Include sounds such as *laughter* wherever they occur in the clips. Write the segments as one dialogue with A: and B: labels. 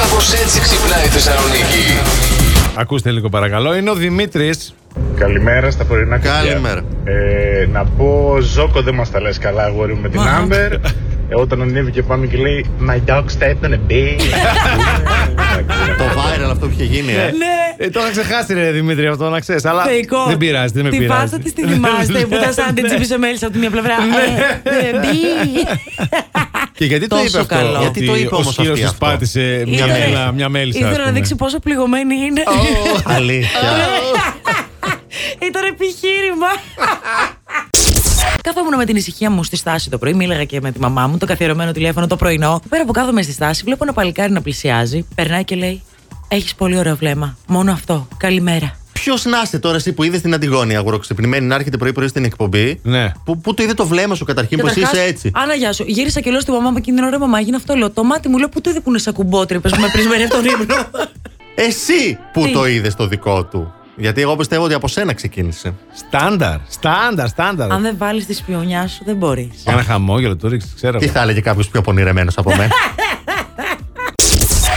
A: Κάπως έτσι ξυπνάει η Θεσσαλονίκη.
B: Ακούστε λίγο παρακαλώ. Είναι ο Δημήτρης.
C: Καλημέρα στα πρωινά κουτιά.
D: Καλημέρα.
C: Ε, να πω, Ζόκο δεν μας τα λες καλά, αγόρι μου, με την Άμπερ. Ε, όταν ανέβηκε πάνω και λέει My dog stepped on a bee.
D: Το viral αυτό που είχε γίνει, ε.
E: Ναι.
B: Ε, το είχα ξεχάσει, ρε Δημήτρη, αυτό να ξέρεις. Αλλά
E: Θεϊκό.
B: δεν πειράζει, δεν με
E: Την
B: πειράζει. Ναι.
E: πάσα τη τη θυμάστε που ήταν σαν την τσίπησε μέλισσα από τη μία πλευρά. Ε, ε, μπι.
B: Και γιατί το
E: Τόσο
B: είπε αυτό.
E: καλό.
D: Γιατί το
B: ότι
D: είπε
B: ο
D: όμως
B: σκύλος
D: αυτή
B: της
D: αυτό.
B: πάτησε μια,
E: Ήθελε-
B: μέλα, μια μέλισσα. ας
E: Ήθελε να
B: πούμε.
E: δείξει πόσο πληγωμένη είναι.
D: Αλήθεια.
E: Ε, Ήταν επιχείρημα. Κάθομαι με την ησυχία μου στη στάση το πρωί. Μίλαγα και με τη μαμά μου, το καθιερωμένο τηλέφωνο το πρωινό. Πέρα που κάθομαι στη στάση, βλέπω ένα παλικάρι να πλησιάζει. Περνάει και λέει: Έχεις πολύ ωραίο βλέμμα. Μόνο αυτό. Καλημέρα.
D: Ποιος να είστε τώρα, εσύ που είδες την Αντιγόνη αγοροξυπνημένη να έρχεται πρωί-πρωί στην εκπομπή.
B: Ναι.
D: Που, που το είδε το βλέμμα σου καταρχήν, πω
E: Καταρχάς,
D: είσαι έτσι.
E: Άννα, γεια σου. Γύρισα και λέω στη μαμά μου εκείνη την ώρα, μαμά, έγινε αυτό. Λέω το μάτι μου, λέω που το είδε που είναι σαν κουμπότρυπε που με πρεσβεύει από τον ύπνο.
D: Εσύ που
E: Τι?
D: το είδες το δικό του. Γιατί εγώ πιστεύω ότι από σένα ξεκίνησε.
B: Στάνταρ, στάνταρ, στάνταρ.
E: Αν δεν βάλεις τη σπιονιά σου, δεν μπορείς.
B: Ένα χαμόγελο το ρίξεις, ξέρω.
D: Τι
B: εγώ.
D: θα έλεγε κάποιος πιο πονηρεμένος από
E: *laughs*
D: μένα.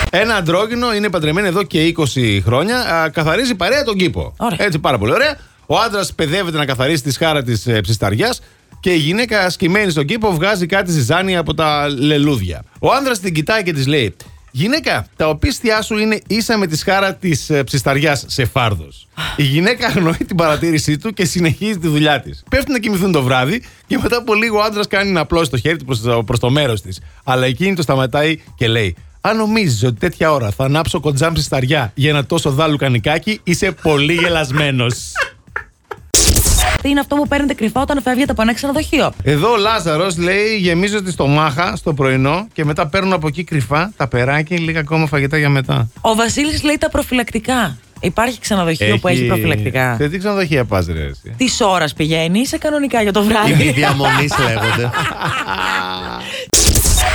B: Ένα αντρόγινο είναι παντρεμένο εδώ και 20 χρόνια. Α, καθαρίζει παρέα τον κήπο.
E: Ωραία.
B: Έτσι, πάρα πολύ ωραία. Ο άντρας παιδεύεται να καθαρίσει τη σχάρα της ε, ψισταριάς και η γυναίκα σκυμμένη στον κήπο βγάζει κάτι ζυζάνι από τα λελούδια. Ο άντρας την κοιτάει και της λέει: Γυναίκα, τα οπίστια σου είναι ίσα με τη σχάρα της ψισταριάς σε φάρδος. Η γυναίκα αγνοεί την παρατήρησή του και συνεχίζει τη δουλειά της. Πέφτουν να κοιμηθούν το βράδυ και μετά από λίγο ο άντρας κάνει να απλώσει το χέρι του προς το μέρος της. Αλλά εκείνη το σταματάει και λέει: αν νομίζεις ότι τέτοια ώρα θα ανάψω κοντζάμ ψισταριά για ένα τόσο δάλου κανικάκι, είσαι πολύ γελασμένος.
E: Τι είναι αυτό που παίρνετε κρυφά όταν φεύγετε από ένα ξενοδοχείο.
B: *laughs* Εδώ ο Λάζαρος λέει: Γεμίζω τη στομάχα στο πρωινό και μετά παίρνω από εκεί κρυφά τα περάκια, λίγα ακόμα φαγητά για μετά.
E: Ο Βασίλης λέει τα προφυλακτικά. Υπάρχει ξενοδοχείο που έχει προφυλακτικά.
B: Σε τι ξενοδοχεία πας, ρε. εσύ?
E: Της ώρας πηγαίνει, είσαι κανονικά για το
D: Οι
E: βράδυ.
D: διαμονή λέγονται.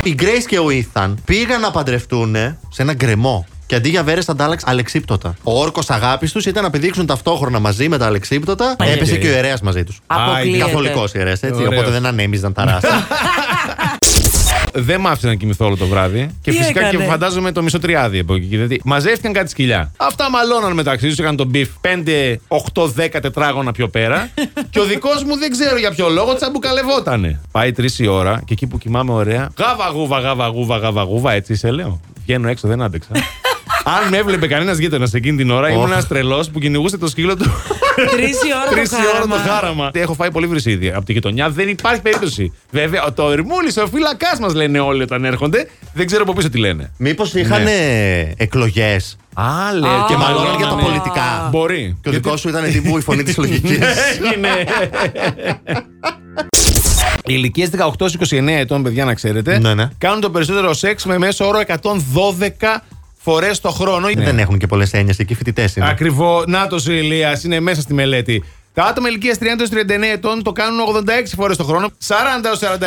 D: Η Grace και ο Ethan πήγαν να παντρευτούν σε ένα γκρεμό. Και αντί για βέρες αντάλλαξαν αλεξίπτωτα. Ο όρκος αγάπης τους ήταν να πηδήξουν ταυτόχρονα μαζί με τα αλεξίπτωτα.
E: Μα
D: Έπεσε
B: γιατί.
D: και ο ιερέας μαζί τους.
E: *laughs* Αποκλείεται.
D: Καθολικός ιερέας, έτσι.
B: Ωραίος.
D: Οπότε δεν ανέμιζαν τα ράσα.
B: Δεν μ' άφησε να κοιμηθώ όλο το βράδυ. Και
E: Τι
B: φυσικά
E: έκανε?
B: και φαντάζομαι το μισό τριάδι από εκεί. Δηλαδή μαζεύτηκαν κάτι σκυλιά. Αυτά μαλώναν μεταξύ τους. Είχαν τον μπιφ 5, 8, 10 τετράγωνα πιο
E: *laughs*
B: πέρα. και ο δικός μου δεν ξέρω για ποιο λόγο τσαμπουκαλευότανε. Πάει 3 η ώρα και εκεί που κοιμάμαι ωραία. Γάβα γούβα, γάβα γούβα, γάβα γούβα. Έτσι σε λέω. Βγαίνω έξω, δεν
E: *laughs*
B: άντεξα. Αν με έβλεπε κανένας γείτονας εκείνη την ώρα, ήμουν
D: Ωχ.
B: ένας τρελός που κυνηγούσε το σκύλο του.
E: *laughs* Τρεις η ώρα το
B: Τρεις η ώρα το
E: χάραμα.
B: χάραμα. Έχω φάει πολύ βρυσίδι από τη γειτονιά. Δεν υπάρχει περίπτωση. Βέβαια, το Ερμούλης, ο φύλακα μας λένε όλοι όταν έρχονται. Δεν ξέρω από πίσω τι λένε.
D: Μήπως είχαν εκλογέ.
B: Άλλε.
D: Και μάλλον για τα πολιτικά.
B: Μπορεί.
D: Και ο δικός σου ήταν τύπου η φωνή
B: *laughs*
D: της λογική.
B: Έγινε. Οι ηλικίες 18-29 ετών, παιδιά, να ξέρετε,
D: Ναι, ναι.
B: κάνουν το περισσότερο σεξ με μέσο όρο 112 φορές το χρόνο.
D: Δεν έχουν και πολλές έννοιες εκεί, φοιτητές είναι.
B: Ακριβώ. Νάτο ο Ηλίας είναι μέσα στη μελέτη. Τα άτομα ηλικίας 30 έως 39 ετών το κάνουν 86 φορές το χρόνο. 40 έως 49 α,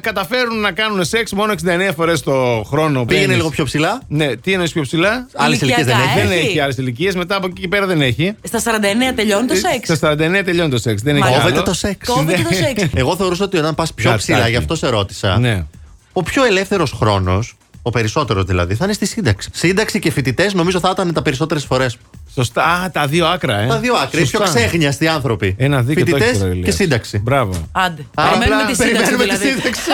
B: καταφέρουν να κάνουν σεξ μόνο 69 φορές το χρόνο.
D: Πήγαινε
B: Μπαίνεις.
D: λίγο πιο ψηλά.
B: Ναι, τι εννοείς πιο ψηλά.
D: Άλλες ηλικίες δεν
E: Ηλικιακά,
D: έχει.
B: δεν
E: έχει.
B: έχει άλλες ηλικίες. Μετά από εκεί και πέρα δεν έχει. Ε,
E: Στα 49 τελειώνει το σεξ.
B: Στα 49 τελειώνει το σεξ. Δεν έχει
E: Μάλιστα.
B: άλλο.
D: Κόβεται το σεξ. Ναι.
E: Κόβεται και το σεξ.
D: Εγώ θεωρούσα ότι όταν πας πιο
B: Κατσάκι.
D: ψηλά, γι' αυτό σε ρώτησα.
B: Ναι.
D: Ο πιο ελεύθερος χρόνος, ο περισσότερος δηλαδή, θα είναι στη σύνταξη. Σύνταξη και φοιτητές νομίζω θα ήταν τα περισσότερες φορές.
B: Σωστά. Α, τα δύο άκρα, ε.
D: Τα δύο άκρε. Πιο
B: Ναι. Σωστά.
D: ξέχνιαστοι άνθρωποι.
B: Ένα δίκαιο το έχεις,
D: Φοιτητές
B: Ηλίας.
D: και σύνταξη.
B: Μπράβο.
E: Άντε.
D: Άρα
E: Περιμένουμε
D: απλά
E: τη σύνταξη
D: περιμένουμε τη
E: δηλαδή.
D: σύνταξη.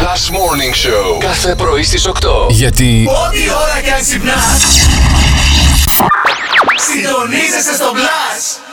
A: Last Morning Show. Κάθε πρωί στις 8.
F: Γιατί
G: Ό,τι ώρα κι αν ξυπνάς Συντονίζεσαι στο Blast.